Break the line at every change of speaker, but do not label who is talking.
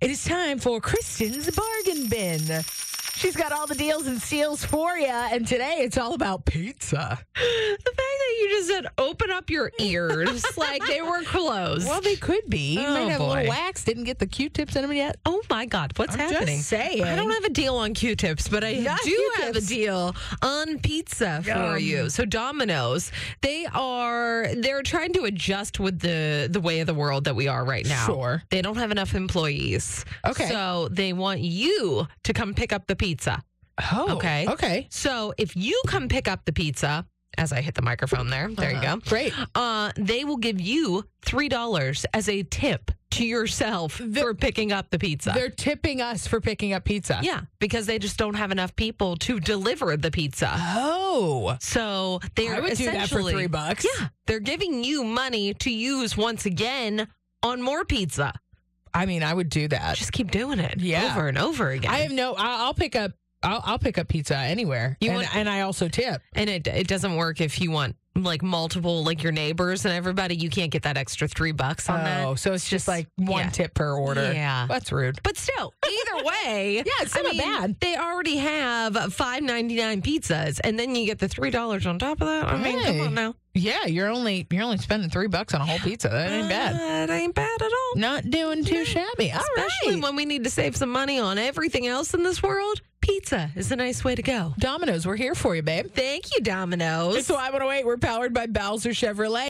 It is time for Kristen's bargain bin. She's got all the deals and steals for you, and today it's all about pizza.
The fact that you just said open up your ears like they were closed.
Well, they could be. You might
Oh,
have a little
boy.
wax. Didn't get the Q-tips in them yet.
oh my God, what's
I'm just
happening?
saying.
I don't have a deal on Q-tips, but I
Not
do have a
Q-tips.
deal on pizza
Yum.
for you. So Domino's, they are they're trying to adjust with the the way of the world that we are right now.
Sure.
They don't have enough employees.
Okay.
So they want you to come pick up the pizza.
Oh,
Okay.
okay.
So if you come pick up the pizza, as I hit the microphone there, there you go.
Great.
Uh, they will give you three dollars as a tip to yourself for picking up the pizza.
They're tipping us for picking up pizza.
Yeah, because they just don't have enough people to deliver the pizza.
Oh,
So they're
I would do that for
essentially-
three bucks.
Yeah, they're giving you money to use once again on more pizza.
I mean, I would do that.
Just keep doing it
Yeah.
over and over again.
I have no. I- I'll pick up. I'll, I'll pick up pizza anywhere.
You
and,
want-
and I also tip.
and it it doesn't work if you want like multiple like your neighbors and everybody. You can't get that extra three bucks on that.
Oh, so it's just, like one
yeah.
tip per order.
Yeah.
that's rude.
But still, either way,
Yeah, it's
I
not
mean,
bad.
They already have five ninety nine pizzas, and then you get the three dollars on top of that. I mean,
Hey.
come on now,
Yeah, you're only you're only spending three bucks on a whole pizza. That ain't bad.
That ain't bad at all.
Not doing too shabby. All right.
Especially when we need to save some money on everything else in this world. Pizza is a nice way to go.
Domino's, we're here for you, babe.
Thank you, Domino's.
oh It's why I want to wait. We're powered by Bowser Chevrolet.